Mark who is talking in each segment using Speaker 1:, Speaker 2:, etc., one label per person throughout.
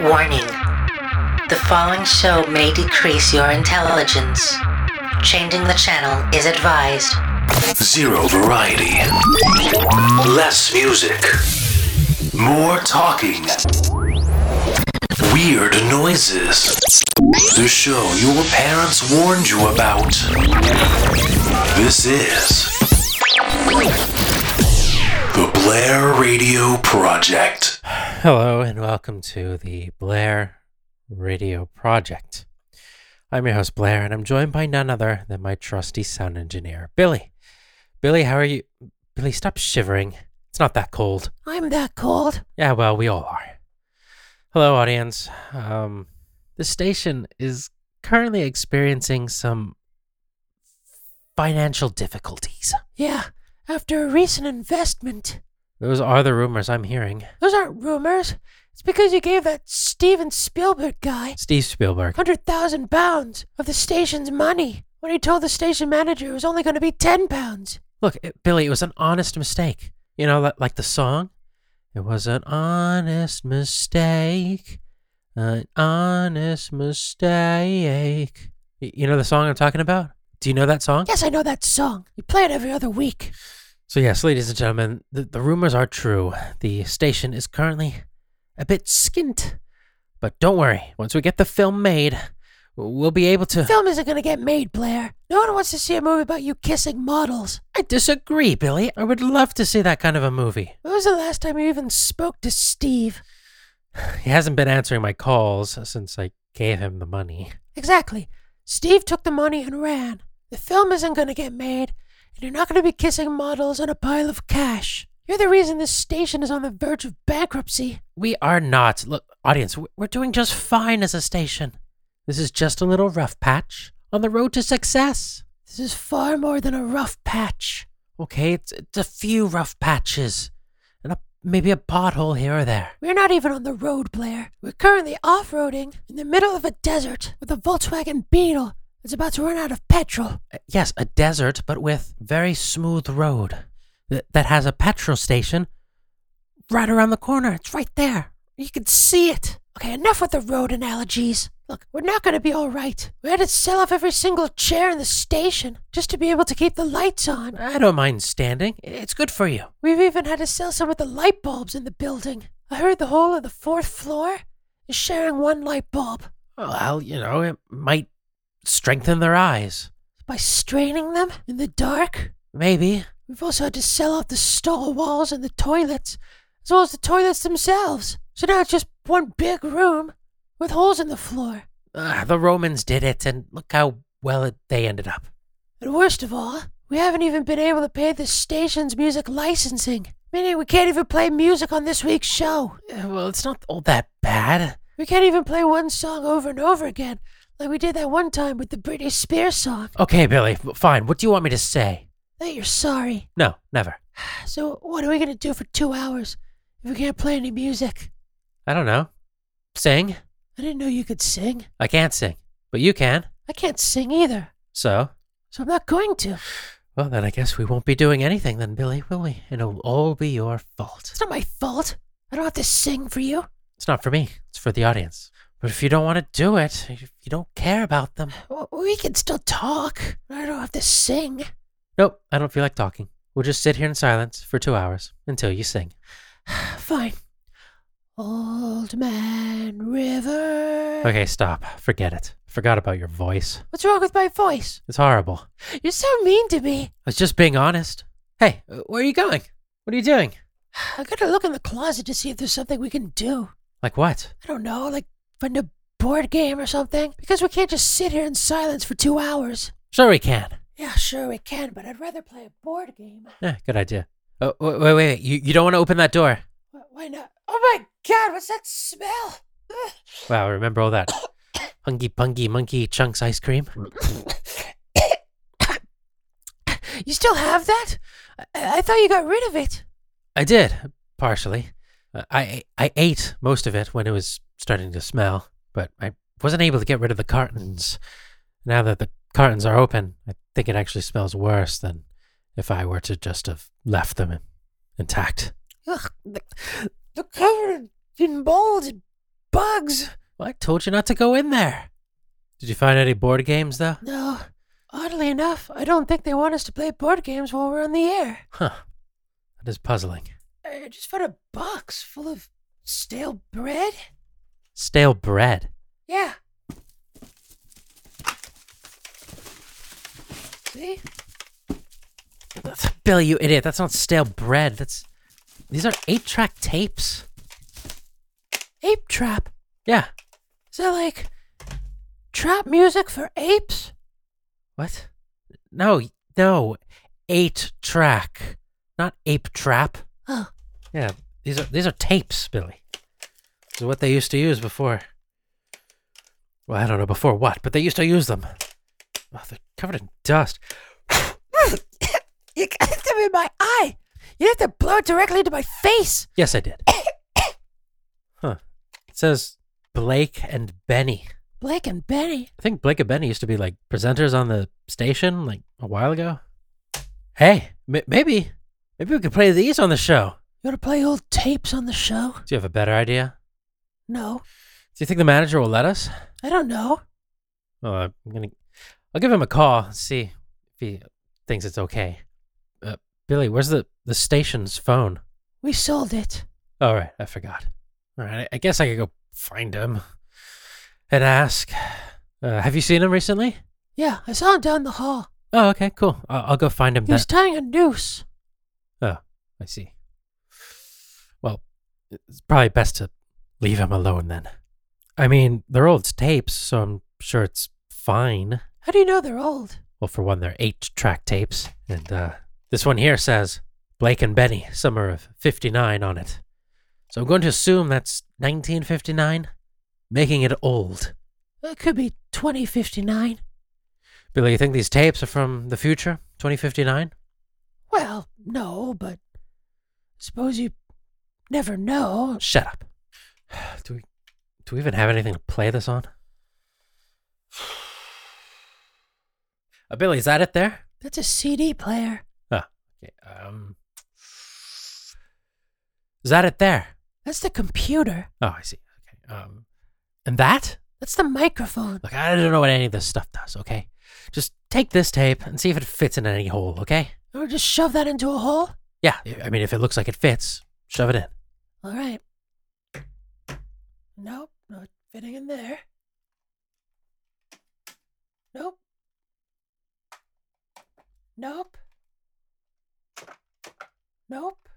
Speaker 1: Warning The following show may decrease your intelligence. Changing the channel is advised.
Speaker 2: Zero variety. Less music. More talking. Weird noises. The show your parents warned you about. This is. The Blair Radio Project.
Speaker 3: Hello and welcome to the Blair Radio Project. I'm your host, Blair, and I'm joined by none other than my trusty sound engineer, Billy. Billy, how are you? Billy, stop shivering. It's not that cold.
Speaker 4: I'm that cold.
Speaker 3: Yeah, well, we all are. Hello, audience. Um, the station is currently experiencing some financial difficulties.
Speaker 4: Yeah, after a recent investment.
Speaker 3: Those are the rumors I'm hearing.
Speaker 4: Those aren't rumors. It's because you gave that Steven Spielberg guy
Speaker 3: Steve Spielberg.
Speaker 4: 100,000 pounds of the station's money when he told the station manager it was only going to be 10 pounds.
Speaker 3: Look, it, Billy, it was an honest mistake. You know, li- like the song? It was an honest mistake. An honest mistake. Y- You know the song I'm talking about? Do you know that song?
Speaker 4: Yes, I know that song. You play it every other week.
Speaker 3: So, yes, ladies and gentlemen, the, the rumors are true. The station is currently a bit skint. But don't worry, once we get the film made, we'll be able to.
Speaker 4: The film isn't going to get made, Blair. No one wants to see a movie about you kissing models.
Speaker 3: I disagree, Billy. I would love to see that kind of a movie.
Speaker 4: When was the last time you even spoke to Steve?
Speaker 3: He hasn't been answering my calls since I gave him the money.
Speaker 4: Exactly. Steve took the money and ran. The film isn't going to get made, and you're not going to be kissing models on a pile of cash. You're the reason this station is on the verge of bankruptcy.
Speaker 3: We are not. Look, audience, w- we're doing just fine as a station. This is just a little rough patch on the road to success.
Speaker 4: This is far more than a rough patch.
Speaker 3: Okay, it's, it's a few rough patches, and a, maybe a pothole here or there.
Speaker 4: We're not even on the road, Blair. We're currently off roading in the middle of a desert with a Volkswagen Beetle that's about to run out of petrol.
Speaker 3: Uh, Yes, a desert, but with very smooth road th- that has a petrol station right around the corner. It's right there.
Speaker 4: You can see it. Okay, enough with the road analogies. Look, we're not going to be all right. We had to sell off every single chair in the station just to be able to keep the lights on.
Speaker 3: I don't mind standing. I- It's good for you.
Speaker 4: We've even had to sell some of the light bulbs in the building. I heard the whole of the fourth floor is sharing one light bulb.
Speaker 3: Well, you know, it might strengthen their eyes.
Speaker 4: By straining them in the dark,
Speaker 3: Maybe.
Speaker 4: we've also had to sell off the stall walls and the toilets, as well as the toilets themselves. So now it's just one big room with holes in the floor.
Speaker 3: Ah, the Romans did it, and look how well it, they ended up.
Speaker 4: And worst of all, we haven't even been able to pay the station's music licensing, meaning we can't even play music on this week's show.
Speaker 3: Uh, Well, it's not all that bad.
Speaker 4: We can't even play one song over and over again, like we did that one time with the Britney Spears song.
Speaker 3: Okay, Billy, f- fine. What do you want me to say?
Speaker 4: That you're sorry.
Speaker 3: No, never.
Speaker 4: So, what are we gonna do for two hours if we can't play any music?
Speaker 3: I don't know. Sing?
Speaker 4: I didn't know you could sing.
Speaker 3: I can't sing, but you can.
Speaker 4: I can't sing either,
Speaker 3: So,
Speaker 4: so I'm not going to.
Speaker 3: well, then I guess we won't be doing anything then, Billy, will we? It'll all be your fault.
Speaker 4: It's not my fault. I don't have to sing for you.
Speaker 3: It's not for me, it's for the audience. But if you don't want to do it, if you don't care about them.
Speaker 4: W- We can still talk. I don't have to sing.
Speaker 3: Nope, I don't feel like talking. We'll just sit here in silence for two hours until you sing.
Speaker 4: Fine. Old Man River.
Speaker 3: Okay, stop. Forget it. Forgot about your voice.
Speaker 4: What's wrong with my voice?
Speaker 3: It's horrible.
Speaker 4: You're so mean to me.
Speaker 3: I was just being honest. Hey, uh, where are you going? What are you doing?
Speaker 4: I gotta look in the closet to see if there's something we can do.
Speaker 3: Like what?
Speaker 4: I don't know, like find a board game or something? Because we can't just sit here in silence for two hours.
Speaker 3: Sure, we can.
Speaker 4: Yeah, sure we can, but I'd rather play a board game.
Speaker 3: Yeah, good idea. Oh, wait, wait, wait. wait. You, you don't want to open that door.
Speaker 4: Wh- Why not? Oh my god, what's that smell? Ugh.
Speaker 3: Wow, remember all that. Hungy pungy monkey chunks ice cream.
Speaker 4: You still have that? I-, I thought you got rid of it.
Speaker 3: I did, partially. Uh, I, I ate most of it when it was starting to smell, but I wasn't able to get rid of the cartons. Now that the cartons are open, I think it actually smells worse than if I were to just have left them intact.
Speaker 4: Ugh, the- they're covered in mold and bugs.
Speaker 3: Well, I told you not to go in there. Did you find any board games, though?
Speaker 4: No. Oddly enough, I don't think they want us to play board games while we're on the air.
Speaker 3: Huh. That is puzzling.
Speaker 4: I just found a box full of stale bread.
Speaker 3: Stale bread.
Speaker 4: Yeah. See?
Speaker 3: Bill, you idiot. That's not stale bread. That's. These are eight track tapes.
Speaker 4: Ape trap.
Speaker 3: Yeah.
Speaker 4: Is that like trap music for apes?
Speaker 3: What? No, no. Eight track. Not ape trap.
Speaker 4: Oh,
Speaker 3: Yeah. These are these are tapes, Billy. This is what they used to use before. Well, I don't know before what, but they used to use them. Oh, they're covered in dust.
Speaker 4: you got them in my eye. You have to blow it directly into my face.
Speaker 3: Yes, I did. huh. It says Blake and Benny.
Speaker 4: Blake and Benny.
Speaker 3: I think Blake and Benny used to be like presenters on the station like a while ago. Hey, m- maybe maybe we could play these on the show.
Speaker 4: You want to play old tapes on the show?
Speaker 3: Do you have a better idea?
Speaker 4: No,
Speaker 3: Do you think the manager will let us?
Speaker 4: I don't know.
Speaker 3: Oh, I'm gonna. I'll give him a call. and See if he thinks it's okay. Uh, Billy, where's the the station's phone?
Speaker 4: We sold it.
Speaker 3: All right, I forgot. All right, I, I guess I could go find him and ask. Uh, have you seen him recently?
Speaker 4: Yeah, I saw him down the hall.
Speaker 3: Oh, okay, cool. I'll, I'll go find him.
Speaker 4: He
Speaker 3: Then.
Speaker 4: was tying a noose.
Speaker 3: oh, I see. Well, it's probably best to leave him alone then. I mean, they're old tapes, so I'm sure it's fine.
Speaker 4: How do you know they're old?
Speaker 3: Well, for one, they're eight track tapes. And uh, this one here says Blake and Benny, summer of 59 on it. So I'm going to assume that's 1959, making it old.
Speaker 4: It could be 2059.
Speaker 3: Billy, you think these tapes are from the future, 2059?
Speaker 4: Well, no, but suppose you never know.
Speaker 3: Shut up. Do we, do we even have anything to play this on? Uh, Billy, is that it there?
Speaker 4: That's a CD player.
Speaker 3: Ah, okay. Um, is that it there?
Speaker 4: That's the computer.
Speaker 3: Oh, I see. Okay. Um, and that?
Speaker 4: That's the microphone.
Speaker 3: Look, I don't know what any of this stuff does. Okay, just take this tape and see if it fits in any hole. Okay?
Speaker 4: Or just shove that into a hole?
Speaker 3: Yeah. I mean, if it looks like it fits, shove it in.
Speaker 4: All right. Nope, not fitting in there. Nope. Nope. Nope.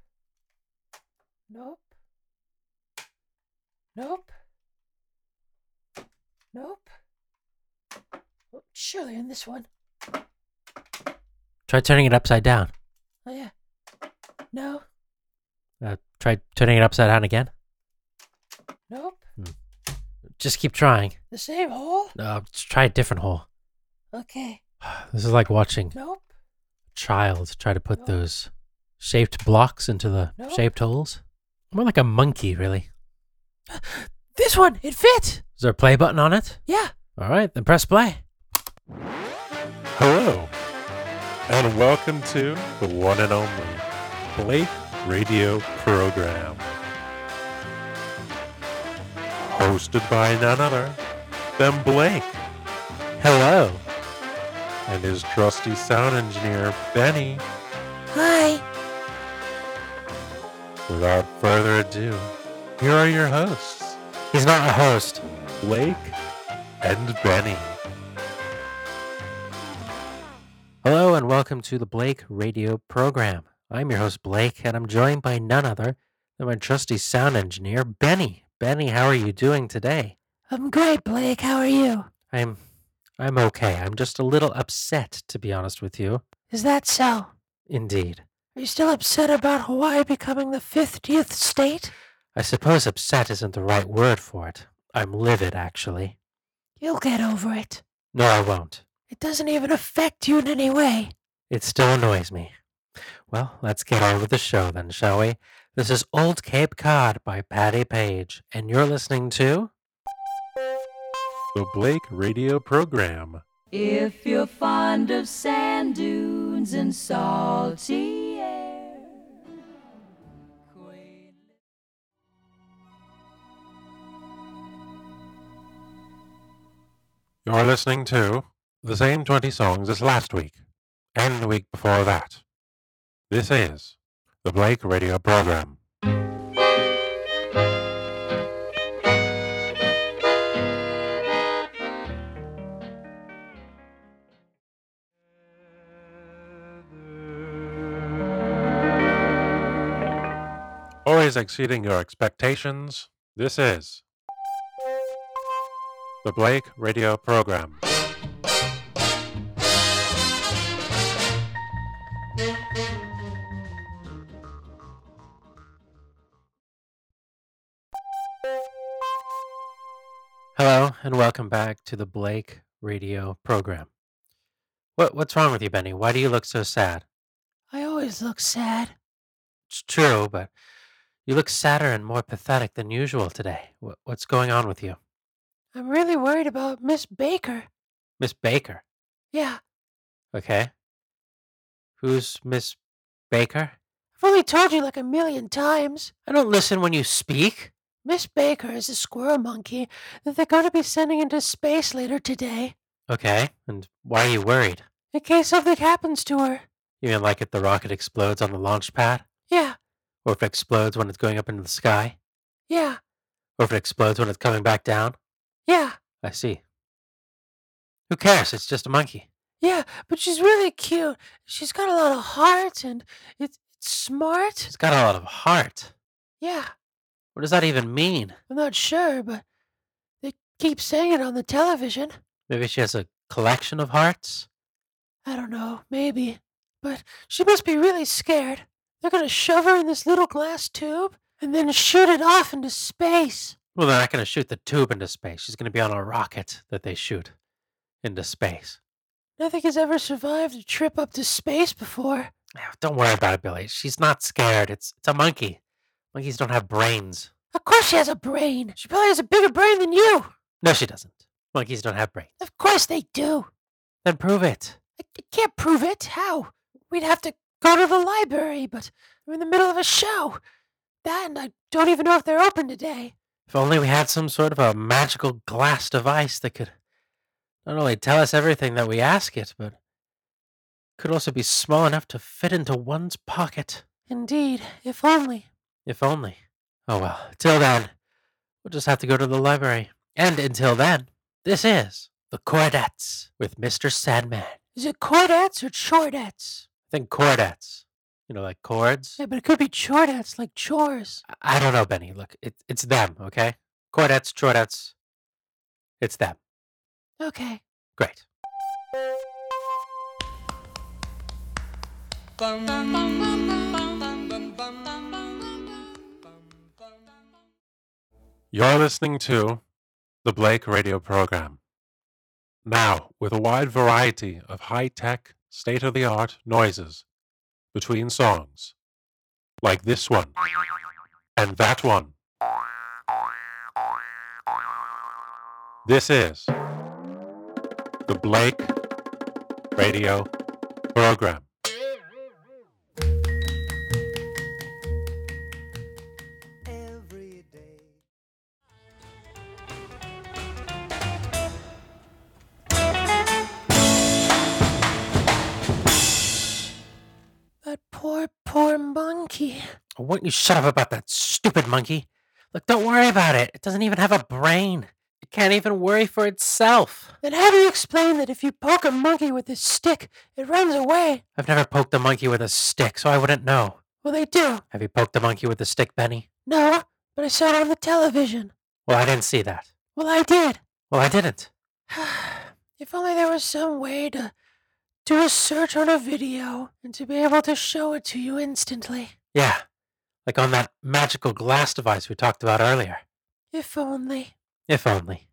Speaker 4: Nope. Nope. Nope. Oh, Surely in this one.
Speaker 3: Try turning it upside down.
Speaker 4: Oh yeah. No.
Speaker 3: Uh, try turning it upside down again.
Speaker 4: Nope.
Speaker 3: Just keep trying.
Speaker 4: The same hole.
Speaker 3: Uh, just try a different hole.
Speaker 4: Okay.
Speaker 3: This is like watching a
Speaker 4: Nope.
Speaker 3: child try to put those shaped blocks into the
Speaker 4: No.
Speaker 3: shaped holes. More like a monkey, really.
Speaker 4: This one. It fit.
Speaker 3: Is there a play button on it?
Speaker 4: Yeah.
Speaker 3: All right, then press play.
Speaker 5: Hello, and welcome to the one and only Blake Radio Program. Hosted by none other than Blake. Hello. And his trusty sound engineer, Benny.
Speaker 4: Hi.
Speaker 5: Without further ado, here are your hosts.
Speaker 6: He's not a host.
Speaker 5: Blake and Benny.
Speaker 3: Hello and welcome to the Blake Radio Program. I'm your host, Blake, and I'm joined by none other than my trusty sound engineer, Benny. Benny, how are you doing today?
Speaker 4: I'm great, Blake. How are you?
Speaker 3: I'm I'm okay. I'm just a little upset, to be honest with you.
Speaker 4: Is that so? Are
Speaker 3: Indeed.
Speaker 4: you still upset about Hawaii becoming the 50th state?
Speaker 3: I suppose upset isn't the right word for it. I'm livid, actually.
Speaker 4: You'll get over it.
Speaker 3: No, I won't.
Speaker 4: It doesn't even affect you in any way.
Speaker 3: It still annoys me. Well, let's get on with the show then, shall we? This is Old Cape Cod by Patty Page, and you're listening to
Speaker 5: The Blake Radio Program.
Speaker 7: If you're fond of sand dunes and salty air. Queen-
Speaker 5: You're listening to the same 20 songs as last week and the week before that. This is the Blake Radio Program. Always exceeding your expectations, this is the Blake Radio Program.
Speaker 3: Hello and welcome back to the Blake Radio program. What what's wrong with you, Benny? Why do you look so sad?
Speaker 4: I always look sad.
Speaker 3: It's true, but you look sadder and more pathetic than usual today. What, what's going on with you,
Speaker 4: I'm really worried about Miss Baker.
Speaker 3: Miss Baker?
Speaker 4: Yeah,
Speaker 3: Okay. Who's Miss Baker?
Speaker 4: I've only told you like a million times.
Speaker 3: I don't listen when you speak.
Speaker 4: Miss Baker is a squirrel monkey that they're going to be sending into space later today
Speaker 3: Okay. And why are you worried?
Speaker 4: in case something happens to her.
Speaker 3: You mean like if the rocket explodes on the launch pad?
Speaker 4: Yeah,
Speaker 3: Or if it explodes when it's going up into the sky?
Speaker 4: yeah,
Speaker 3: Or if it explodes when it's coming back down?
Speaker 4: yeah,
Speaker 3: I see. Who cares? It's just a monkey.
Speaker 4: yeah, but she's really cute. She's got a lot of heart and it's, it's smart.
Speaker 3: It's got a lot of heart.
Speaker 4: Yeah,
Speaker 3: What does that even mean?
Speaker 4: I'm not sure, but they keep saying it on the television.
Speaker 3: Maybe she has a collection of hearts?
Speaker 4: I don't know, maybe. But she must be really scared. They're going to shove her in this little glass tube and then shoot it off into space.
Speaker 3: Well, they're not going to shoot the tube into space. She's going to be on a rocket that they shoot into space.
Speaker 4: Nothing has ever survived a trip up to space before.
Speaker 3: Ah, Don't worry about it, Billy. She's not scared. It's, it's a monkey. Monkeys don't have brains.
Speaker 4: Of course she has a brain. She probably has a bigger brain than you.
Speaker 3: No, she doesn't. Monkeys don't have brains.
Speaker 4: Of course they do.
Speaker 3: Then prove it.
Speaker 4: I, I can't prove it. How? We'd have to go to the library, but we're in the middle of a show. That and I don't even know if they're open today.
Speaker 3: If only we had some sort of a magical glass device that could not only tell us everything that we ask it, but could also be small enough to fit into one's pocket.
Speaker 4: Indeed, if only.
Speaker 3: If only. Oh well, till then, we'll just have to go to the library. And until then, this is The Chordettes with Mr. Sandman.
Speaker 4: Is it chordettes or chordettes?
Speaker 3: I think chordettes, you know, like chords.
Speaker 4: Yeah, but it could be chordettes, like chores.
Speaker 3: I- I don't know, Benny. Look, it, it's them, okay? Chordettes, chordettes. It's them.
Speaker 4: Okay.
Speaker 3: Great.
Speaker 5: You're listening to the Blake Radio Program. Now, with a wide variety of high tech, state of the art noises between songs, like this one and that one. This is the Blake Radio Program.
Speaker 4: That poor, poor monkey.
Speaker 3: Oh, Won't you shut up about that stupid monkey? Look, don't worry about it. It doesn't even have a brain. It can't even worry for itself.
Speaker 4: Then how do you explain that if you poke a monkey with a stick, it runs away?
Speaker 3: I've never poked a monkey with a stick, so I wouldn't know.
Speaker 4: Well, they do.
Speaker 3: Have you poked a monkey with a stick, Benny?
Speaker 4: No, but I saw it on the television.
Speaker 3: Well, I didn't see that.
Speaker 4: Well, I did.
Speaker 3: Well, I didn't.
Speaker 4: if only there was some way to do a search on a video and to be able to show it to you instantly.
Speaker 3: Yeah, like on that magical glass device we talked about earlier.
Speaker 4: If only.
Speaker 3: If only.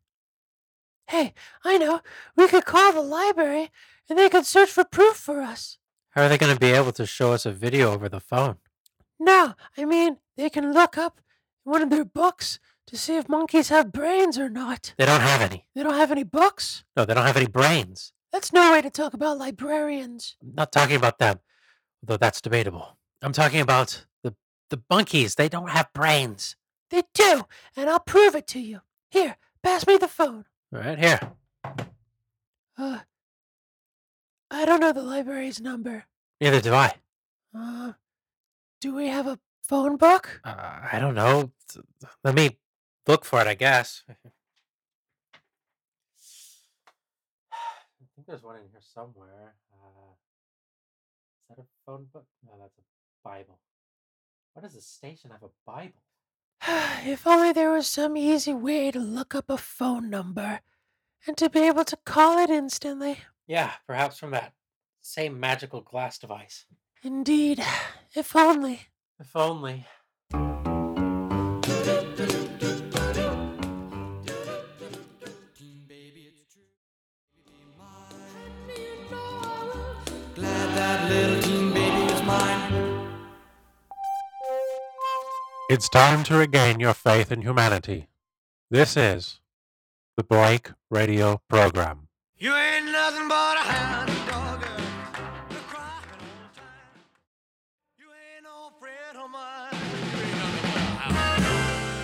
Speaker 4: Hey, I know. We could call the library and they could search for proof for us.
Speaker 3: How are they going to be able to show us a video over the phone?
Speaker 4: No, I mean, they can look up in one of their books to see if monkeys have brains or not.
Speaker 3: They don't have any.
Speaker 4: They don't have any books?
Speaker 3: No, they don't have any brains.
Speaker 4: That's no way to talk about librarians.
Speaker 3: I'm not talking about them, though that's debatable. I'm talking about the the monkeys. They don't have brains.
Speaker 4: They do, and I'll prove it to you. Here, pass me the phone.
Speaker 3: All right here.
Speaker 4: Uh, I don't know the library's number.
Speaker 3: Neither do I.
Speaker 4: Uh, do we have a phone book?
Speaker 3: Uh, I don't know. uh, Let me look for it, I guess. I think there's one in here somewhere. Uh, is that a phone book? No, that's a Bible. What does the station have a Bible?
Speaker 4: if only there was some easy way to look up a phone number and to be able to call it instantly.
Speaker 3: Yeah, perhaps from that same magical glass device.
Speaker 4: Indeed, if only.
Speaker 3: If only.
Speaker 5: It's time to regain your faith in humanity. This is the Blake Radio Program.
Speaker 6: You ain't nothing but a hound dog. girl. You cry all the time. You ain't no friend of mine. You ain't nothing but a hound dog.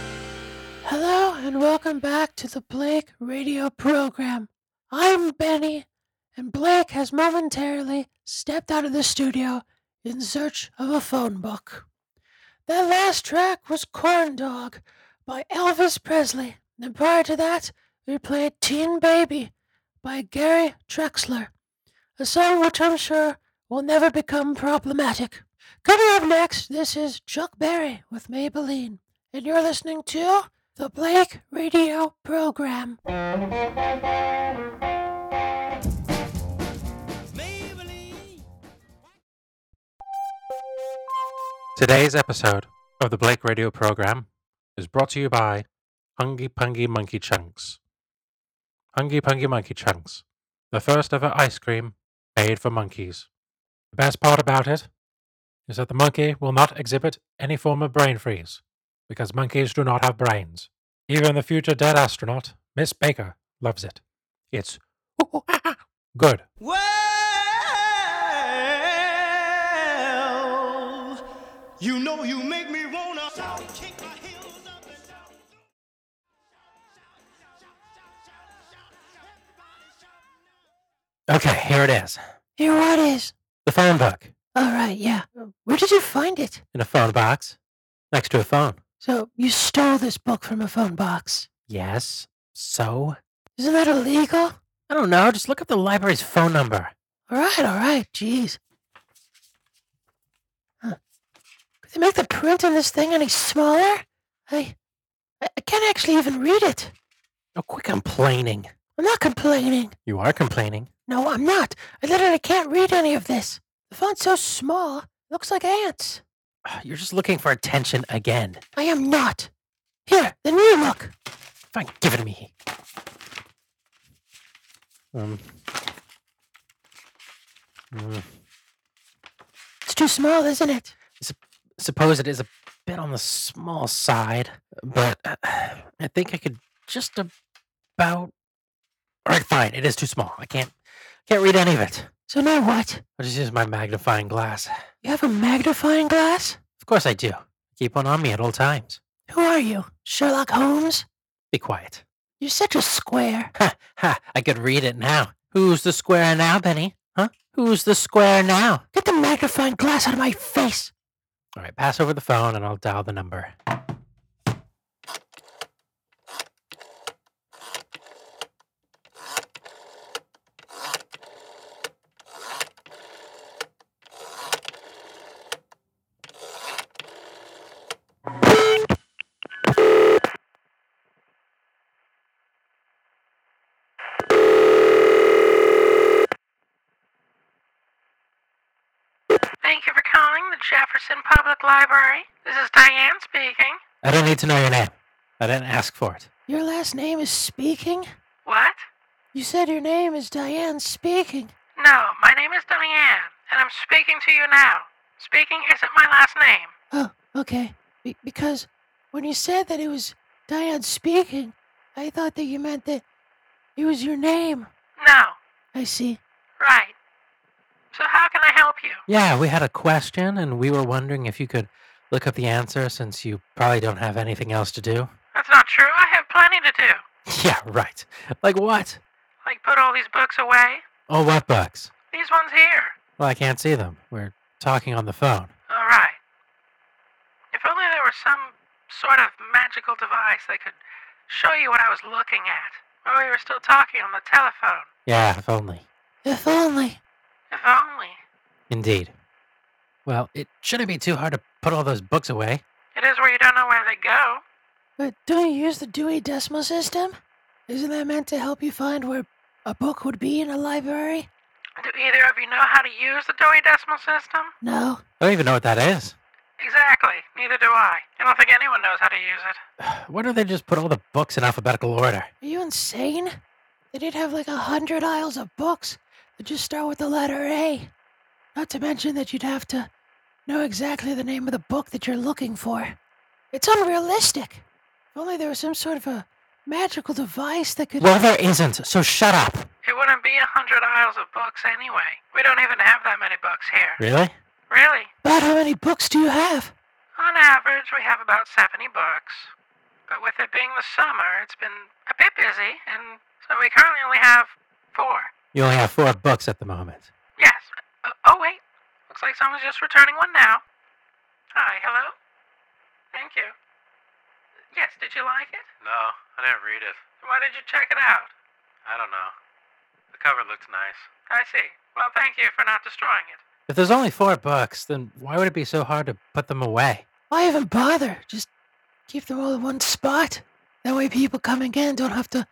Speaker 4: Hello and welcome back to the Blake radio program. I'm Benny, and Blake has momentarily stepped out of the studio in search of a phone book. That last track was Corn Dog by Elvis Presley, and prior to that, we played Teen Baby by Gary Trexler, a song which I'm sure will never become problematic. Coming up next, this is Chuck Berry with Maybelline, and you're listening to the Blake Radio Program.
Speaker 6: Maybelline.
Speaker 5: Today's episode of the Blake Radio Program is brought to you by Hungy Pungy Monkey Chunks. Hungy Pungy Monkey Chunks, the first ever ice cream made for monkeys. The best part about it is that the monkey will not exhibit any form of brain freeze, because monkeys do not have brains. Even the future dead astronaut, Miss Baker, loves it. It's good.
Speaker 6: Well, you know you make me wanna shout, kick my heels up and down.
Speaker 3: Okay, here it is.
Speaker 4: Here, what is?
Speaker 3: The phone book
Speaker 4: All right, yeah. Where did you find it?
Speaker 3: in a phone box next to a phone.
Speaker 4: So, you stole this book from a phone box.
Speaker 3: Yes. So?
Speaker 4: Isn't that illegal?
Speaker 3: I don't know. Just look up the library's phone number.
Speaker 4: All right, all right, jeez. Huh. Could they make the print on this thing any smaller? I, I I can't actually even read it.
Speaker 3: Oh, quit complaining.
Speaker 4: I'm not complaining.
Speaker 3: You are complaining.
Speaker 4: No, I'm not. I literally can't read any of this. The font's so small, it looks like ants.
Speaker 3: Ugh, You're just looking for attention again.
Speaker 4: I am not. Here, then you look.
Speaker 3: Fine, give it to me. Um. mm,
Speaker 4: It's too small, isn't it?
Speaker 3: Suppose it is a bit on the small side, but uh, I think I could just about. All right, fine. It is too small. I can't can't read any of it.
Speaker 4: So now what?
Speaker 3: I'll just use my magnifying glass.
Speaker 4: You have a magnifying glass?
Speaker 3: Of course I do. Keep one on me at all times.
Speaker 4: Who are you? Sherlock Holmes?
Speaker 3: Be quiet.
Speaker 4: You're such a square.
Speaker 3: Ha ha! I could read it now. Who's the square now, Benny? Huh? Who's the square now?
Speaker 4: Get the magnifying glass out of my face.
Speaker 3: All right, pass over the phone and I'll dial the number.
Speaker 8: Thank you for calling the Jefferson Public Library. This is Diane speaking.
Speaker 3: I don't need to know your name. I didn't ask for it.
Speaker 4: Your last name is Speaking?
Speaker 8: What?
Speaker 4: You said your name is Diane Speaking.
Speaker 8: No, my name is Diane, and I'm speaking to you now. Speaking isn't my last name.
Speaker 4: Oh, okay. Be- because when you said that it was Diane Speaking, I thought that you meant that it was your name.
Speaker 8: No,
Speaker 4: I see.
Speaker 8: right. So how can I help you?
Speaker 3: Yeah, we had a question and we were wondering if you could look up the answer since you probably don't have anything else to do.
Speaker 8: That's not true. I have plenty to do.
Speaker 3: Yeah, right. Like what?
Speaker 8: Like put all these books away?
Speaker 3: Oh, what books?
Speaker 8: These ones here.
Speaker 3: Well, I can't see them. We're talking on the phone.
Speaker 8: All right. If only there was some sort of magical device that could show you what I was looking at while we were still talking on the telephone.
Speaker 3: Yeah, if only.
Speaker 4: If only.
Speaker 8: If only.
Speaker 3: Indeed. Well, it shouldn't be too hard to put all those books away.
Speaker 8: It is where you don't know where they go.
Speaker 4: But don't you use the Dewey Decimal System? Isn't that meant to help you find where a book would be in a library?
Speaker 8: Do either of you know how to use the Dewey Decimal System?
Speaker 4: No.
Speaker 3: I don't even know what that is.
Speaker 8: Exactly. Neither do I. I don't think anyone knows how to use it.
Speaker 3: Why don't they just put all the books in alphabetical order?
Speaker 4: Are you insane? They did have like a hundred aisles of books that just start with the letter A. Not to mention that you'd have to know exactly the name of the book that you're looking for. It's unrealistic. If only there was some sort of a magical device that could.
Speaker 3: Well, there isn't, so shut up.
Speaker 8: It wouldn't be a hundred aisles of books anyway. We don't even have that many books here.
Speaker 3: Really?
Speaker 8: Really?
Speaker 4: About how many books do you have?
Speaker 8: On average, we have about 70 books. But with it being the summer, it's been a bit busy, and so we currently only have four.
Speaker 3: You only have four books at the moment.
Speaker 8: Yes. Uh, oh, wait. Looks like someone's just returning one now. Hi, hello? Thank you. Yes, did you like it?
Speaker 9: No, I didn't read it.
Speaker 8: Why did you check it out?
Speaker 9: I don't know. The cover looked nice.
Speaker 8: I see. Well, thank you for not destroying it.
Speaker 3: If there's only four books, then why would it be so hard to put them away?
Speaker 4: Why even bother? Just keep them all in one spot. That way people coming in don't have to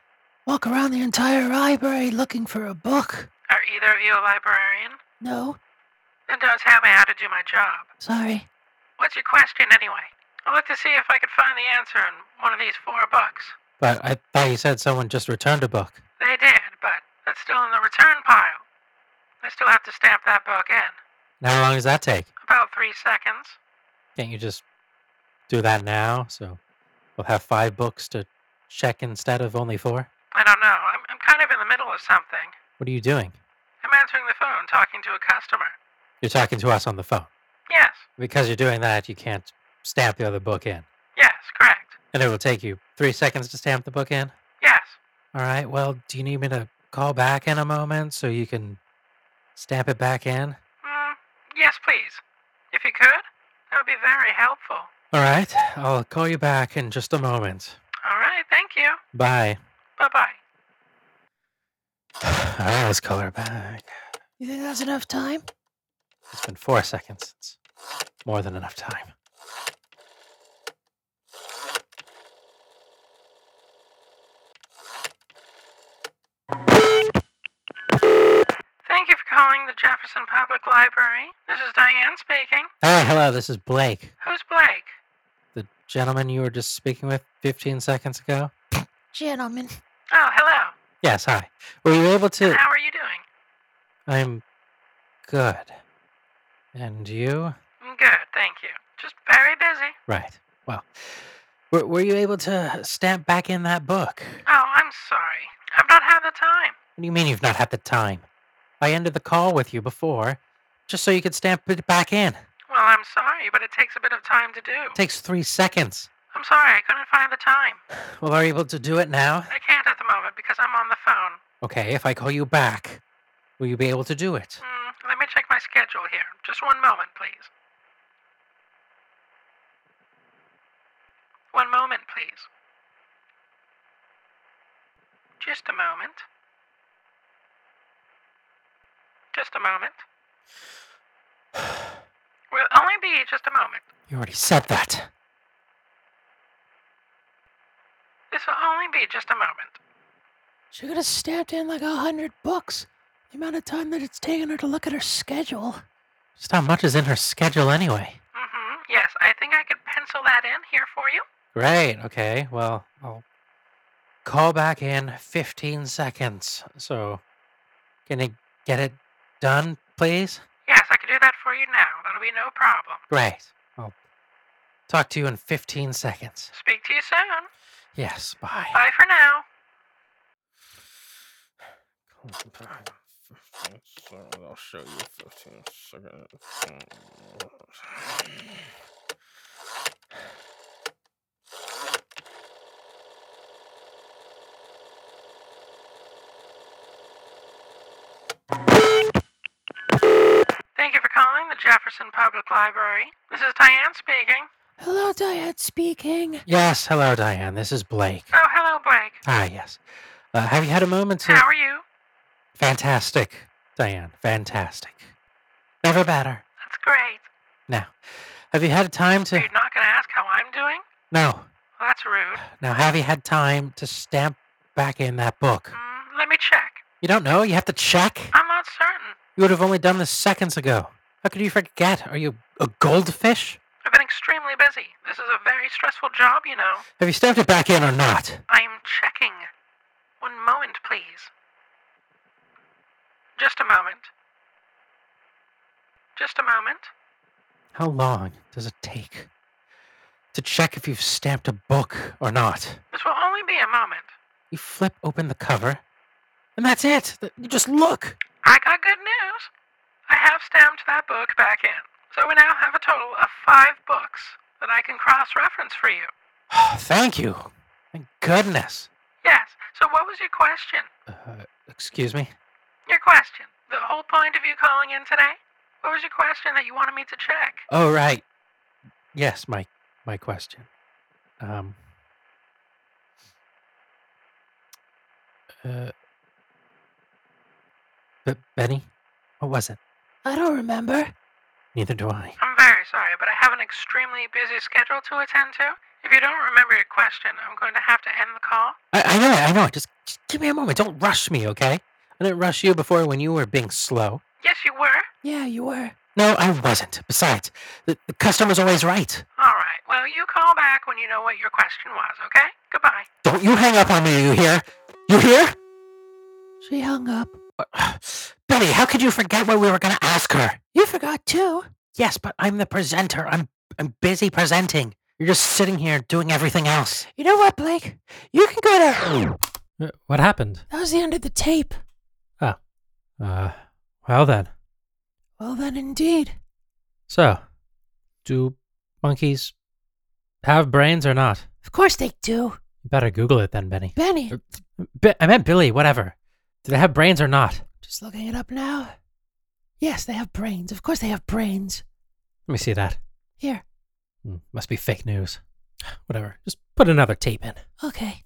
Speaker 4: walk around the entire library looking for a book.
Speaker 8: Are either of you a librarian?
Speaker 4: No,
Speaker 8: Then don't tell me how to do my job.
Speaker 4: sorry.
Speaker 8: What's your question, anyway? I'll look to see if I could find the answer in one of these four books.
Speaker 3: But I thought you said someone just returned a book.
Speaker 8: They did, but that's still in the return pile. I still have to stamp that book in.
Speaker 3: Now, how long does that take?
Speaker 8: About three seconds.
Speaker 3: Can't you just do that now? So we'll have five books to check instead of only four?
Speaker 8: I don't know. I'm, I'm kind of in the middle of something.
Speaker 3: What are you doing?
Speaker 8: I'm answering the phone, talking to a customer.
Speaker 3: You're talking to us on the phone.
Speaker 8: Yes,
Speaker 3: Because you're doing that, you can't stamp the other book in.
Speaker 8: yes, correct.
Speaker 3: And it will take you three seconds to stamp the book in?
Speaker 8: Yes.
Speaker 3: All right, well, do you need me to call back in a moment so you can stamp it back in?
Speaker 8: Mm, yes, please. If you could, that would be very helpful.
Speaker 3: All right, I'll call you back in just a moment.
Speaker 8: All right, thank you.
Speaker 3: Bye.
Speaker 8: Bye bye.
Speaker 3: All right, let's call her Ah, back.
Speaker 4: You think that's enough time?
Speaker 3: It's been four seconds. It's more than enough time.
Speaker 8: Thank you for calling the Jefferson Public Library. This is Diane speaking.
Speaker 3: Hey, hello, this is Blake,
Speaker 8: Who's Blake?
Speaker 3: the gentleman you were just speaking with 15 seconds ago.
Speaker 4: Gentlemen.
Speaker 8: Oh, hello.
Speaker 3: Yes, hi. Were you able to.
Speaker 8: How are you doing?
Speaker 3: I'm good. And you?
Speaker 8: I'm good, thank you. Just very busy.
Speaker 3: Right. Well, were, were you able to stamp back in that book?
Speaker 8: Oh, I'm sorry. I've not had the time.
Speaker 3: What do you mean you've not had the time? I ended the call with you before just so you could stamp it back in.
Speaker 8: Well, I'm sorry, but it takes a bit of time to do.
Speaker 3: takes three seconds.
Speaker 8: I'm sorry, I couldn't find the time.
Speaker 3: Well, are you able to do it now?
Speaker 8: I can't at the moment because I'm on the phone.
Speaker 3: Okay, if I call you back, will you be able to do it?
Speaker 8: Mm, let me check my schedule here. Just one moment, please. One moment, please. Just a moment. Just a moment. Will only be just a moment.
Speaker 3: You already said that.
Speaker 8: This will only be just a moment.
Speaker 4: She could have stamped in like a hundred books. The amount of time that it's taken her to look at her schedule.
Speaker 3: Just how much is in her schedule anyway?
Speaker 8: Mm-hmm. Yes, I think I could pencil that in here for you.
Speaker 3: Great. Okay. Well, I'll call back in 15 seconds. So, can you get it done, please?
Speaker 8: Yes, I could do that for you now. That'll be no problem.
Speaker 3: Great. I'll talk to you in 15 seconds.
Speaker 8: Speak to you soon.
Speaker 3: Yes. Bye.
Speaker 8: Bye for now.
Speaker 10: I'll show you 15 seconds.
Speaker 8: Jefferson Public Library. This is Diane speaking.
Speaker 4: Hello, Diane speaking.
Speaker 3: Yes, hello, Diane. This is Blake.
Speaker 8: Oh, hello, Blake.
Speaker 3: Ah, yes. Uh, have you had a moment to.
Speaker 8: How are you?
Speaker 3: Fantastic, Diane. Fantastic. Never better.
Speaker 8: That's great.
Speaker 3: Now, have you had time to.
Speaker 8: You're not going to ask how I'm doing?
Speaker 3: No.
Speaker 8: Well, that's rude.
Speaker 3: Now, have you had time to stamp back in that book?
Speaker 8: Mm, let me check.
Speaker 3: You don't know? You have to check?
Speaker 8: I'm not certain.
Speaker 3: You would have only done this seconds ago. How could you forget? Are you a goldfish?
Speaker 8: I've been extremely busy. This is a very stressful job, you know.
Speaker 3: Have you stamped it back in or not?
Speaker 8: I'm checking. One moment, please. Just a moment. Just a moment.
Speaker 3: How long does it take to check if you've stamped a book or not?
Speaker 8: This will only be a moment.
Speaker 3: You flip open the cover, and that's it. Th- You just look.
Speaker 8: I got good news. I have stamped that book back in. So we now have a total of five books that I can cross reference for you.
Speaker 3: Thank you. Thank goodness.
Speaker 8: Yes. So what was your question?
Speaker 3: Uh, excuse me?
Speaker 8: Your question. The whole point of you calling in today? What was your question that you wanted me to check?
Speaker 3: Oh, right. Yes, my my question. Um. Uh. But Benny, what was it?
Speaker 4: I don't remember.
Speaker 3: Neither do I.
Speaker 8: I'm very sorry, but I have an extremely busy schedule to attend to. If you don't remember your question, I'm going to have to end the call.
Speaker 3: I, I know, I know. Just, just give me a moment. Don't rush me, okay? I didn't rush you before when you were being slow.
Speaker 8: Yes, you were.
Speaker 4: Yeah, you were.
Speaker 3: No, I wasn't. Besides, the, the customer's always right.
Speaker 8: All right. Well, you call back when you know what your question was, okay? Goodbye.
Speaker 3: Don't you hang up on me, you hear? You hear?
Speaker 4: She hung up.
Speaker 3: Benny, how could you forget what we were going to ask her?
Speaker 4: You forgot too.
Speaker 3: Yes, but I'm the presenter. I'm, I'm busy presenting. You're just sitting here doing everything else.
Speaker 4: You know what, Blake? You can go to.
Speaker 3: Uh, What happened? Ah,
Speaker 4: That was the end of the tape.
Speaker 3: Uh, well then.
Speaker 4: Well, then, indeed.
Speaker 3: So, do monkeys have brains or not?
Speaker 4: Of course they do.
Speaker 3: Better Google it then, Benny.
Speaker 4: Benny,
Speaker 3: Bi- Uh, I meant Billy, whatever. Do they have brains or not?
Speaker 4: just looking it up now. Yes, they have brains. Of course they have brains.
Speaker 3: Let me see that.
Speaker 4: Here.
Speaker 3: Hmm, Must be fake news. Whatever. Just put another tape in.
Speaker 4: Okay.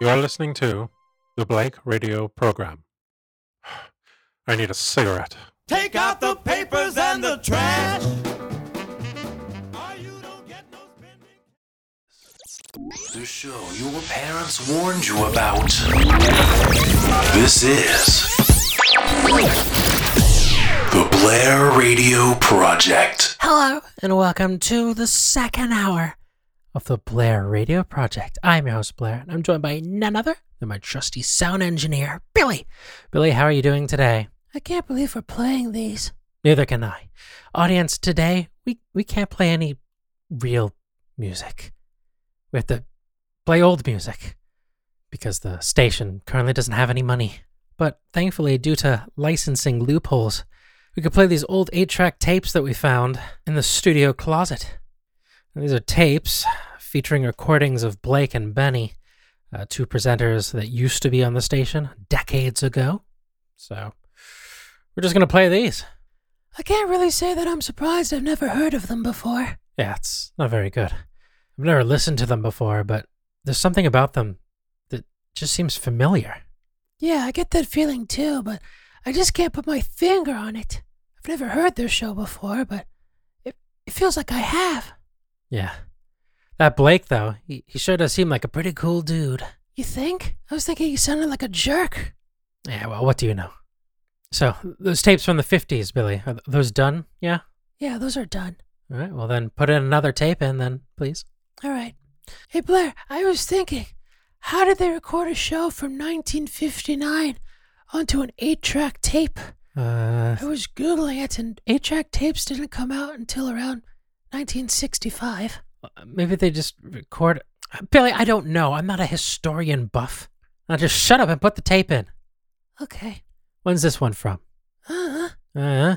Speaker 5: You're listening to the Blake Radio Program. I need a cigarette.
Speaker 6: Take out the papers and the trash. Or you don't get no spending.
Speaker 2: The show your parents warned you about. This is. The Blair Radio Project.
Speaker 3: Hello, and welcome to the second hour of the Blair Radio Project. I'm your host, Blair, and I'm joined by none other than my trusty sound engineer, Billy. Billy, how are you doing today?
Speaker 4: I can't believe we're playing these.
Speaker 3: Neither can I. Audience, today we, we can't play any real music. We have to play old music because the station currently doesn't have any money. But thankfully, due to licensing loopholes, we could play these old 8 track tapes that we found in the studio closet. And these are tapes featuring recordings of Blake and Benny, uh, two presenters that used to be on the station decades ago. So we're just going to play these.
Speaker 4: I can't really say that I'm surprised I've never heard of them before.
Speaker 3: Yeah, it's not very good. I've never listened to them before, but there's something about them that just seems familiar.
Speaker 4: Yeah, I get that feeling too, but I just can't put my finger on it. I've never heard their show before, but it, it feels like I have.
Speaker 3: Yeah. That Blake, though, he, he sure does seem like a pretty cool dude.
Speaker 4: You think? I was thinking he sounded like a jerk.
Speaker 3: Yeah, well, what do you know? So, those tapes from the 50s, Billy, are th- those done? Yeah?
Speaker 4: Yeah, those are done.
Speaker 3: All right, well, then put in another tape in, then, please.
Speaker 4: All right. Hey, Blair, I was thinking, how did they record a show from 1959 onto an eight track tape?
Speaker 3: Uh,
Speaker 4: I was Googling it, and eight track tapes didn't come out until around 1965.
Speaker 3: maybe they just record. Billy, I don't know. I'm not a historian buff. Now just shut up and put the tape in.
Speaker 4: Okay.
Speaker 3: When's this one from?
Speaker 4: Uh huh.
Speaker 3: Uh huh.
Speaker 4: Uh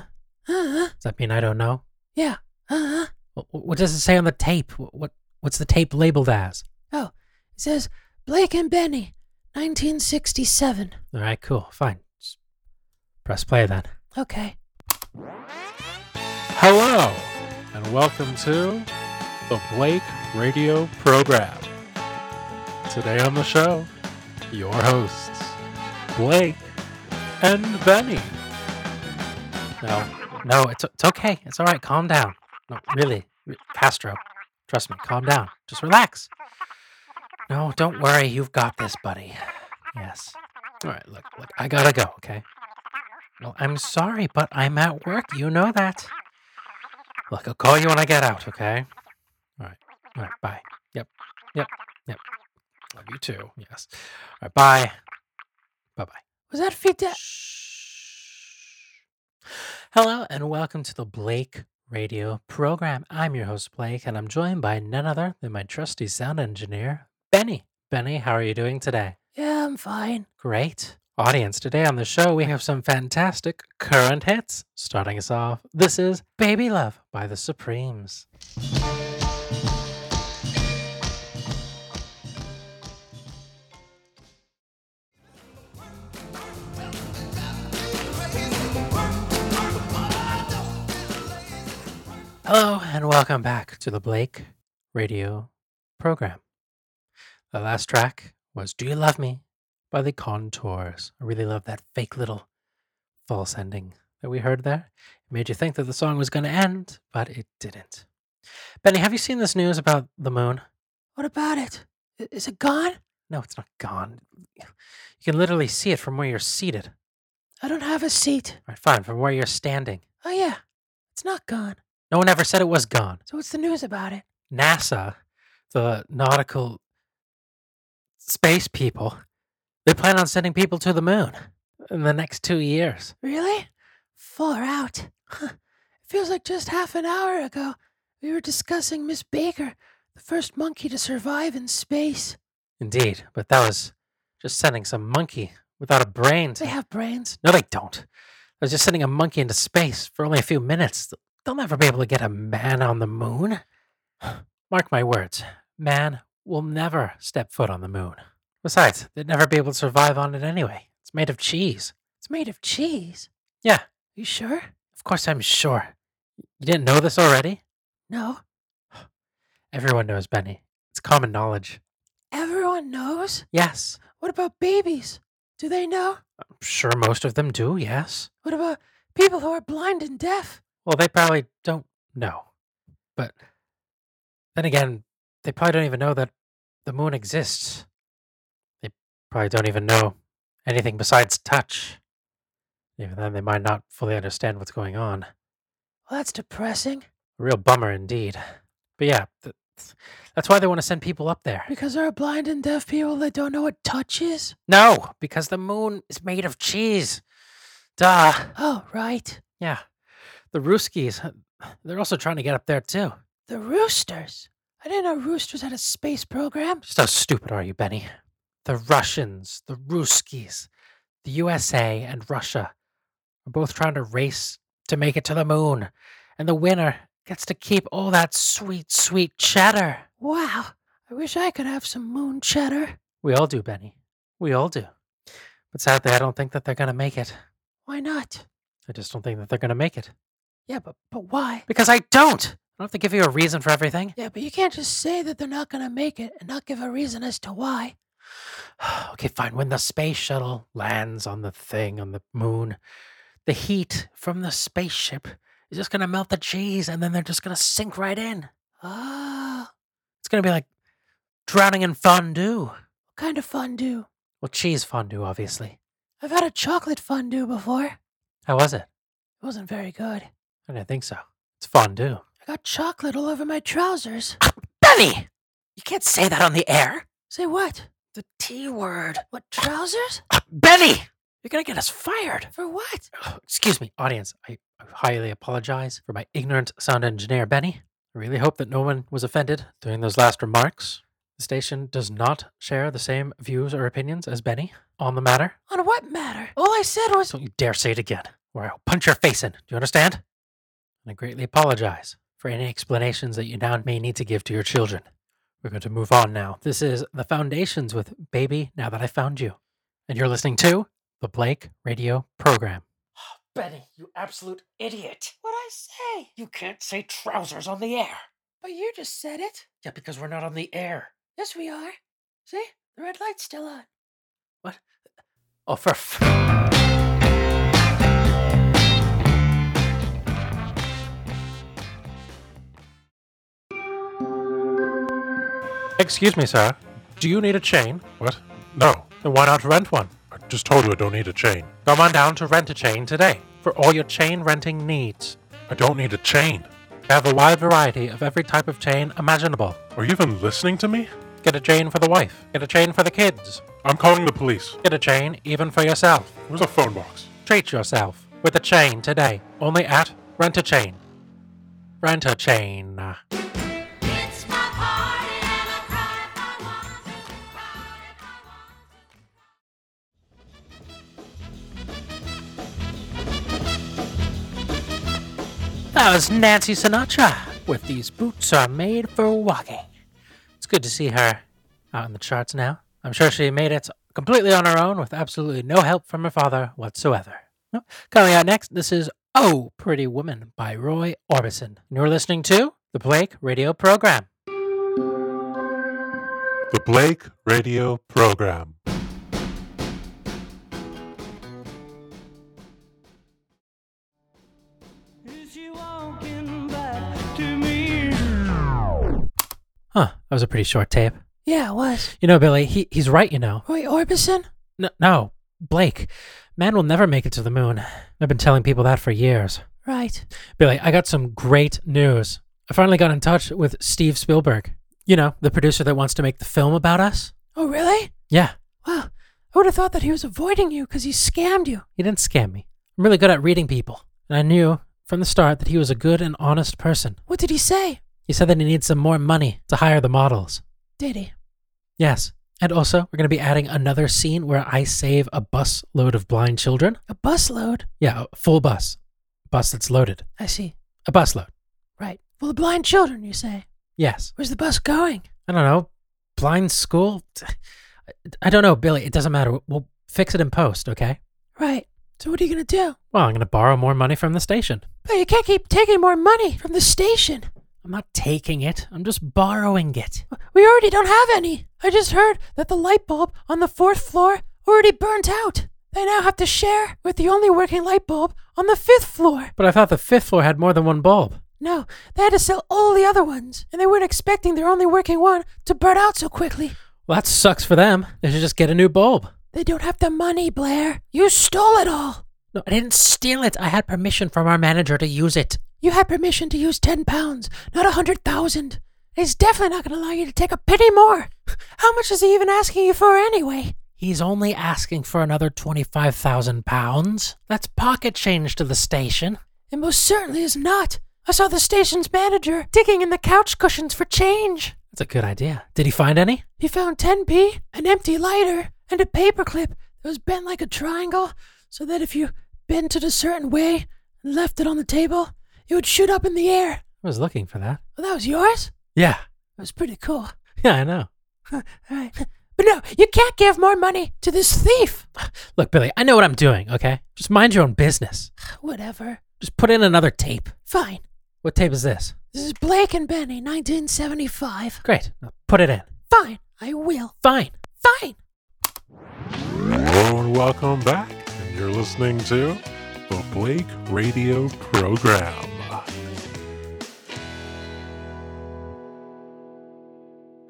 Speaker 4: huh.
Speaker 3: Does that mean I don't know?
Speaker 4: Yeah, Uh-huh. Huh?
Speaker 3: What, what does it say on the tape? What, what what's the tape labeled as?
Speaker 4: Oh, it says Blake and Benny, 1967.
Speaker 3: All right, cool, fine. Just press play then.
Speaker 4: Okay.
Speaker 5: Hello, and welcome to the Blake Radio Program. Today on the show, your hosts, Blake and Benny.
Speaker 3: No, no, it's it's okay. It's all right. Calm down. No, really, re- Castro, trust me. Calm down. Just relax. No, don't worry. You've got this, buddy. Yes. All right. Look, look. I gotta go. Okay. Well, I'm sorry, but I'm at work. You know that. Look, I'll call you when I get out. Okay. All right. All right. Bye. Yep. Yep. Yep. Love you too. Yes. All right. Bye. Bye. Bye.
Speaker 4: Was that Fidel?
Speaker 3: Hello and welcome to the Blake Radio Program. I'm your host, Blake, and I'm joined by none other than my trusty sound engineer, Benny. Benny, how are you doing today?
Speaker 4: Yeah, I'm fine.
Speaker 3: Great. Audience, today on the show, we have some fantastic current hits. Starting us off, this is Baby Love by the Supremes. Hello and welcome back to the Blake Radio program. The last track was Do You Love Me by The Contours. I really love that fake little false ending that we heard there. It made you think that the song was going to end, but it didn't. Benny, have you seen this news about the moon?
Speaker 4: What about it? I- Is it gone?
Speaker 3: No, it's not gone. You can literally see it from where you're seated. All
Speaker 4: I don't have a seat.
Speaker 3: right, fine, from where you're standing.
Speaker 4: Oh, yeah. It's not gone.
Speaker 3: No one ever said it was gone.
Speaker 4: So what's the news about it?
Speaker 3: NASA, the nautical space people, they plan on sending people to the moon in the next two years.
Speaker 4: Really? Far out. Huh. It feels like just half an hour ago we were discussing Miss Baker, the first monkey to survive in space.
Speaker 3: Indeed, but that was just sending some monkey without a brain
Speaker 4: They
Speaker 3: to.
Speaker 4: have brains.
Speaker 3: No, they don't. I was just sending a monkey into space for only a few minutes. They'll never be able to get a man on the moon. Mark my words, man will never step foot on the moon. Besides, they'd never be able to survive on it anyway. It's made of cheese.
Speaker 4: It's made of cheese.
Speaker 3: Yeah,
Speaker 4: You sure?
Speaker 3: Of course, I'm sure. You didn't know this already?
Speaker 4: No.
Speaker 3: Everyone knows Benny. It's common knowledge.
Speaker 4: Everyone knows?
Speaker 3: Yes,
Speaker 4: What about babies? Do they know?
Speaker 3: I'm sure most of them do, yes.
Speaker 4: What about people who are blind and deaf?
Speaker 3: Well, they probably don't know. But then again, they probably don't even know that the moon exists. They probably don't even know anything besides touch. Even then, they might not fully understand what's going on.
Speaker 4: Well, that's depressing
Speaker 3: A real bummer indeed. But yeah, th- th- that's why they want to send people up there.
Speaker 4: because there are blind and deaf people that don't know what touch is.
Speaker 3: No, because the moon is made of cheese. Duh.
Speaker 4: Oh, right.
Speaker 3: Yeah. The Ruskies, they're also trying to get up there too.
Speaker 4: The roosters. I didn't know roosters had a space program.
Speaker 3: Just how stupid are you, Benny? The Russians, the Ruskies, the USA, and Russia are both trying to race to make it to the moon. And the winner gets to keep all that sweet, sweet cheddar.
Speaker 4: Wow. I wish I could have some moon cheddar.
Speaker 3: We all do, Benny. We all do. But sadly, I don't think that they're going to make it.
Speaker 4: Why not?
Speaker 3: I just don't think that they're going to make it.
Speaker 4: Yeah, but but why?
Speaker 3: Because I don't! I don't have to give you a reason for everything.
Speaker 4: Yeah, but you can't just say that they're not gonna make it and not give a reason as to why.
Speaker 3: okay, fine. When the space shuttle lands on the thing on the moon, the heat from the spaceship is just going to melt the cheese and then they're just going to sink right in.
Speaker 4: Ah,
Speaker 3: It's going to be like drowning in fondue.
Speaker 4: what kind of fondue?
Speaker 3: Well, cheese fondue, obviously.
Speaker 4: I've had a chocolate fondue before. It
Speaker 3: How was it?
Speaker 4: wasn't very good.
Speaker 3: I didn't think so. It's fondue.
Speaker 4: I got chocolate all over my trousers.
Speaker 3: Benny! You can't say that on the air.
Speaker 4: Say what?
Speaker 3: The T word.
Speaker 4: What trousers?
Speaker 3: Benny! You're going to get us fired.
Speaker 4: For what?
Speaker 3: Oh, excuse me, audience. I, I highly apologize for my ignorant sound engineer, Benny. I really hope that no one was offended during those last remarks. The station does not share the same views or opinions as Benny on the matter.
Speaker 4: On what matter? All I said was
Speaker 3: Don't you dare say it again, or I'll punch your face in. Do you understand? And I greatly apologize for any explanations that you now may need to give to your children. We're going to move on now. This is The Foundations with Baby Now That I Found You. And you're listening to the Blake Radio Program.
Speaker 11: Benny, you absolute idiot.
Speaker 12: What'd I say?
Speaker 11: You can't say trousers on the air.
Speaker 12: But you just said it.
Speaker 11: Yeah, because we're not on the air.
Speaker 12: Yes, we are. See? The red light's still on.
Speaker 3: What? Oh, for f-
Speaker 5: Excuse me, sir. Do you need a chain? What? No. Then why not rent one? I just told you I don't need a chain. Come on down to rent a chain today for all your chain renting needs. I don't need a chain. I have a wide variety of every type of chain imaginable. Are you even listening to me? Get a chain for the wife. Get a chain for the kids. I'm calling the police. Get a chain even for yourself. Where's the phone box? Treat yourself with a chain today. Only at Rent a Chain. Rent a Chain.
Speaker 3: That was Nancy Sinatra with These Boots Are Made for Walking. It's good to see her out in the charts now. I'm sure she made it completely on her own with absolutely no help from her father whatsoever. No. Coming out next, this is Oh Pretty Woman by Roy Orbison. And you're listening to the Blake Radio Program.
Speaker 5: The Blake Radio Program.
Speaker 3: Huh, that was a pretty short tape.
Speaker 4: Yeah, it was.
Speaker 3: You know, Billy, he, he's right, you know.
Speaker 4: Roy Orbison?
Speaker 3: No, no, Blake, man will never make it to the moon. I've been telling people that for years.
Speaker 4: Right.
Speaker 3: Billy, I got some great news. I finally got in touch with Steve Spielberg. You know, the producer that wants to make the film about us.
Speaker 4: Oh, really?
Speaker 3: Yeah,
Speaker 4: Wow. I would have thought that he was avoiding you because he scammed you.
Speaker 3: he didn't scam me. I'm really good at reading people. And I knew from the start that he was a good and honest person.
Speaker 4: What did he say?
Speaker 3: He said that he needs some more money to hire the models.
Speaker 4: Did he?
Speaker 3: Yes. And also, we're going to be adding another scene where I save a bus load of blind children.
Speaker 4: A busload?
Speaker 3: Yeah, a full bus. Bus that's loaded.
Speaker 4: I see.
Speaker 3: A bus load.
Speaker 4: Right. Well, the blind children, you say.
Speaker 3: Yes.
Speaker 4: Where's the bus going?
Speaker 3: I don't know. Blind school? I don't know, Billy. It doesn't matter. We'll fix it in post, okay?
Speaker 4: Right. So what are you going to do?
Speaker 3: Well, I'm going to borrow more money from the station.
Speaker 4: But you can't keep taking more money from the station.
Speaker 3: I'm not taking it. I'm just borrowing it.
Speaker 4: We already don't have any. I just heard that the light bulb on the fourth floor already burnt out. They now have to share with the only working light bulb on the fifth floor.
Speaker 3: But I thought the fifth floor had more than one bulb.
Speaker 4: No, they had to sell all the other ones, and they weren't expecting their only working one to burn out so quickly.
Speaker 3: Well, that sucks for them. They should just get a new bulb.
Speaker 4: They don't have the money, Blair. You stole it all.
Speaker 3: No, I didn't steal it. I had permission from our manager to use it.
Speaker 4: You had permission to use ten pounds, not a hundred thousand. He's definitely not going to allow you to take a penny more. How much is he even asking you for anyway?
Speaker 3: He's only asking for another 25,000 pounds. That's pocket change to the station.
Speaker 4: It most certainly is not. I saw the station's manager digging in the couch cushions for change.
Speaker 3: That's a good idea. Did he find any?
Speaker 4: He found 10p, an empty lighter, and a paperclip that was bent like a triangle, so that if you bent it a certain way and left it on the table, it would shoot up in the air.
Speaker 3: I was looking for that.
Speaker 4: Well, that was yours?
Speaker 3: Yeah.
Speaker 4: That was pretty cool.
Speaker 3: Yeah, I know.
Speaker 4: All right. But no, you can't give more money to this thief.
Speaker 3: Look, Billy, I know what I'm doing, okay? Just mind your own business.
Speaker 4: Whatever.
Speaker 3: Just put in another tape.
Speaker 4: Fine.
Speaker 3: What tape is this?
Speaker 4: This is Blake and Benny, 1975.
Speaker 3: Great. Now put it in.
Speaker 4: Fine. I will.
Speaker 3: Fine.
Speaker 4: Fine.
Speaker 5: Hello and welcome back. And you're listening to the Blake Radio Program.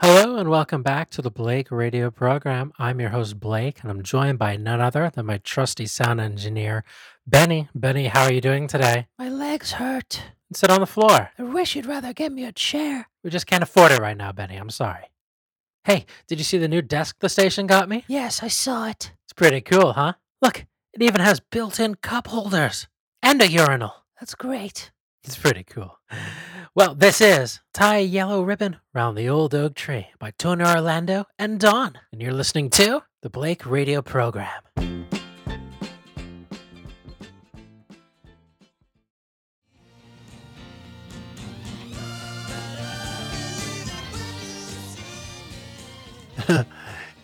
Speaker 3: Hello and welcome back to the Blake Radio Program. I'm your host, Blake, and I'm joined by none other than my trusty sound engineer, Benny. Benny, how are you doing today?
Speaker 4: My legs hurt.
Speaker 3: Sit on the floor.
Speaker 4: I wish you'd rather get me a chair.
Speaker 3: We just can't afford it right now, Benny. I'm sorry. Hey, did you see the new desk the station got me?
Speaker 4: Yes, I saw it.
Speaker 3: It's pretty cool, huh? Look, it even has built in cup holders and a urinal.
Speaker 4: That's great.
Speaker 3: It's pretty cool. Well, this is Tie a Yellow Ribbon Round the Old Oak Tree by Tony Orlando and Dawn. And you're listening to the Blake Radio Program.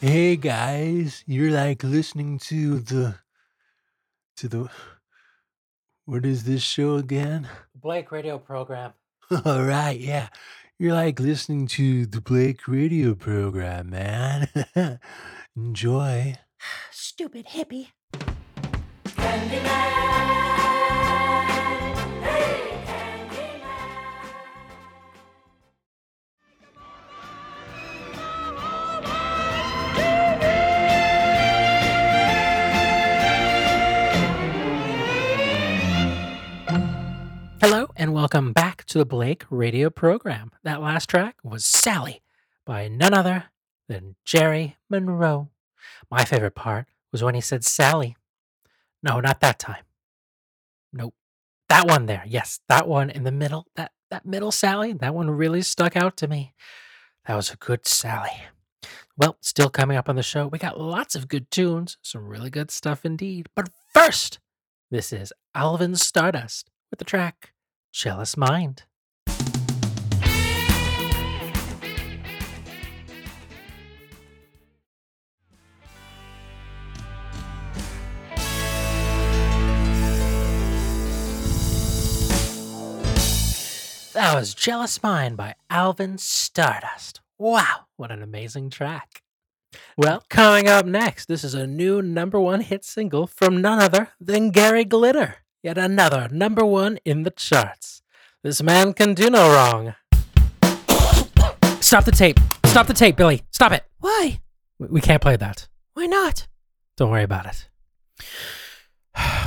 Speaker 13: hey guys, you're like listening to the to the what is this show again?
Speaker 3: Blake radio program.
Speaker 13: All right, yeah. You're like listening to the Blake radio program, man. Enjoy.
Speaker 12: Stupid hippie.
Speaker 3: Hello, and welcome back to the Blake radio program. That last track was Sally by none other than Jerry Monroe. My favorite part was when he said Sally. No, not that time. Nope. That one there. Yes, that one in the middle. That that middle Sally, that one really stuck out to me. That was a good Sally. Well, still coming up on the show, we got lots of good tunes, some really good stuff indeed. But first, this is Alvin Stardust with the track Jealous Mind. That was Jealous Mind by Alvin Stardust. Wow, what an amazing track. Well, coming up next, this is a new number one hit single from none other than Gary Glitter. Yet another number one in the charts. This man can do no wrong. Stop the tape. Stop the tape, Billy. Stop it.
Speaker 4: Why?
Speaker 3: We- We can't play that.
Speaker 4: Why not?
Speaker 3: Don't worry about it.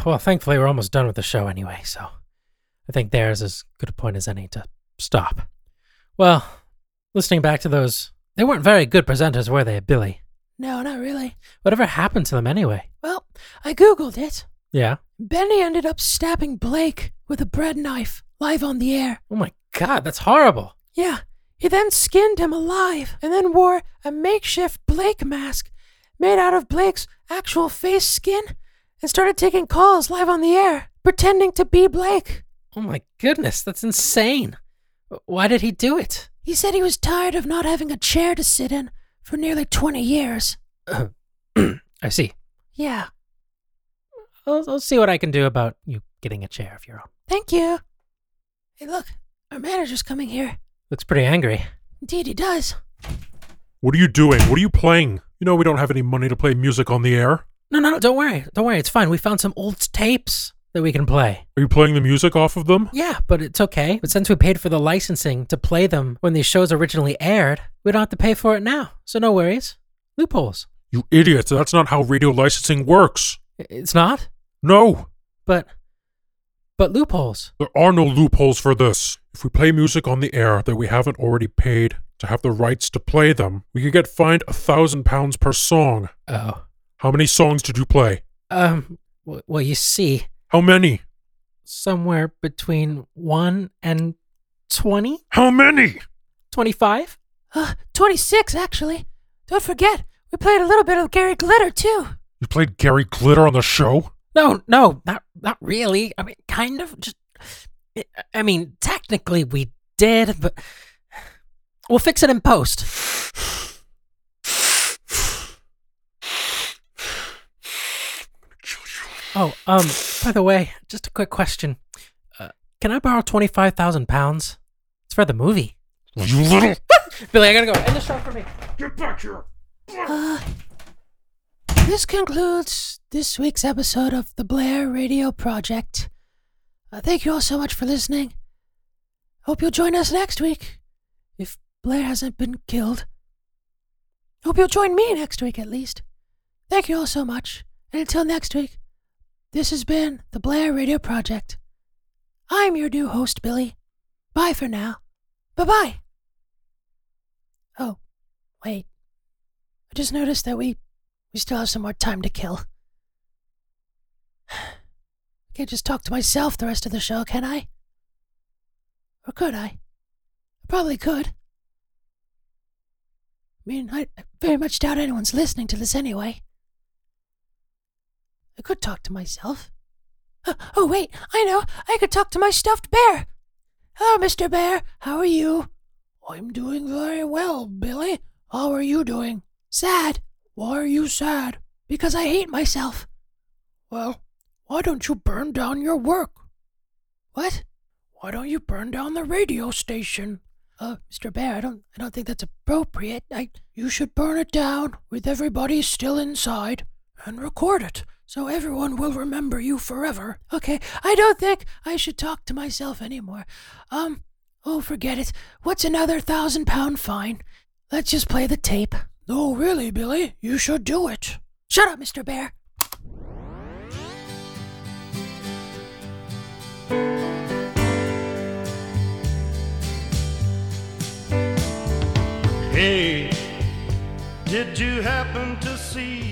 Speaker 3: Well, thankfully, we're almost done with the show anyway, so I think there's as good a point as any to stop. Well, listening back to those, they weren't very good presenters, were they, Billy?
Speaker 4: No, not really.
Speaker 3: Whatever happened to them anyway?
Speaker 4: Well, I googled it.
Speaker 3: Yeah.
Speaker 4: Benny ended up stabbing Blake with a bread knife live on the air.
Speaker 3: Oh my god, that's horrible.
Speaker 4: Yeah. He then skinned him alive and then wore a makeshift Blake mask made out of Blake's actual face skin and started taking calls live on the air, pretending to be Blake.
Speaker 3: Oh my goodness, that's insane. Why did he do it?
Speaker 4: He said he was tired of not having a chair to sit in for nearly 20 years.
Speaker 3: I see.
Speaker 4: Yeah.
Speaker 3: I'll, I'll see what I can do about you getting a chair of your own.
Speaker 4: Thank you. Hey, look, our manager's coming here.
Speaker 3: Looks pretty angry.
Speaker 4: Indeed, he does.
Speaker 5: What are you doing? What are you playing? You know we don't have any money to play music on the air.
Speaker 3: No, no, no, don't worry. Don't worry. It's fine. We found some old tapes that we can play.
Speaker 5: Are you playing the music off of them?
Speaker 3: Yeah, but it's okay. But since we paid for the licensing to play them when these shows originally aired, we don't have to pay for it now. So no worries. Loopholes.
Speaker 5: You idiots, that's not how radio licensing works.
Speaker 3: I- It's not?
Speaker 5: No,
Speaker 3: But. But loopholes.
Speaker 5: there are no loopholes for this. If we play music on the air that we haven't already paid to have the rights to play them, we could get fined a thousand pounds per song.
Speaker 3: Oh.
Speaker 5: How many songs did you play?
Speaker 3: Um, w- well, you see,
Speaker 5: How many?
Speaker 3: somewhere between 1 and 20?
Speaker 5: How many?
Speaker 3: 25?
Speaker 4: Uh, 26, actually. Don't forget, we played a little bit of Gary Glitter, too.
Speaker 5: You played Gary Glitter on the show?
Speaker 3: No, no, not not really. I mean, kind of. Just, I mean, technically we did, but we'll fix it in post. Oh, um. By the way, just a quick question. Uh, can I borrow twenty five thousand pounds? It's for the movie.
Speaker 5: You little.
Speaker 3: Billy, I gotta go. End the show for me.
Speaker 5: Get back here!
Speaker 4: Uh, this concludes this week's episode of the Blair Radio Project. Uh, thank you all so much for listening. Hope you'll join us next week, if Blair hasn't been killed. Hope you'll join me next week, at least. Thank you all so much, and until next week, this has been the Blair Radio Project. I'm your new host, Billy. Bye for now. Bye bye. Oh, wait. I just noticed that we we still have some more time to kill. Can't just talk to myself the rest of the show, can I? Or could I? I probably could. I mean, I, I very much doubt anyone's listening to this anyway. I could talk to myself. Uh, oh, wait, I know. I could talk to my stuffed bear. Hello, Mr. Bear. How are you? I'm doing very well, Billy. How are you doing? Sad. Why are you sad?
Speaker 14: Because I hate myself.
Speaker 4: Well, why don't you burn down your work?
Speaker 14: What?
Speaker 4: Why don't you burn down the radio station?
Speaker 14: Uh, Mr. Bear, I don't I don't think that's appropriate. I
Speaker 4: You should burn it down with everybody still inside and record it so everyone will remember you forever.
Speaker 14: Okay, I don't think I should talk to myself anymore. Um, oh, forget it. What's another thousand pound fine? Let's just play the tape.
Speaker 4: No, really, Billy, you should do it.
Speaker 14: Shut up, Mr. Bear.
Speaker 15: Hey, did you happen to see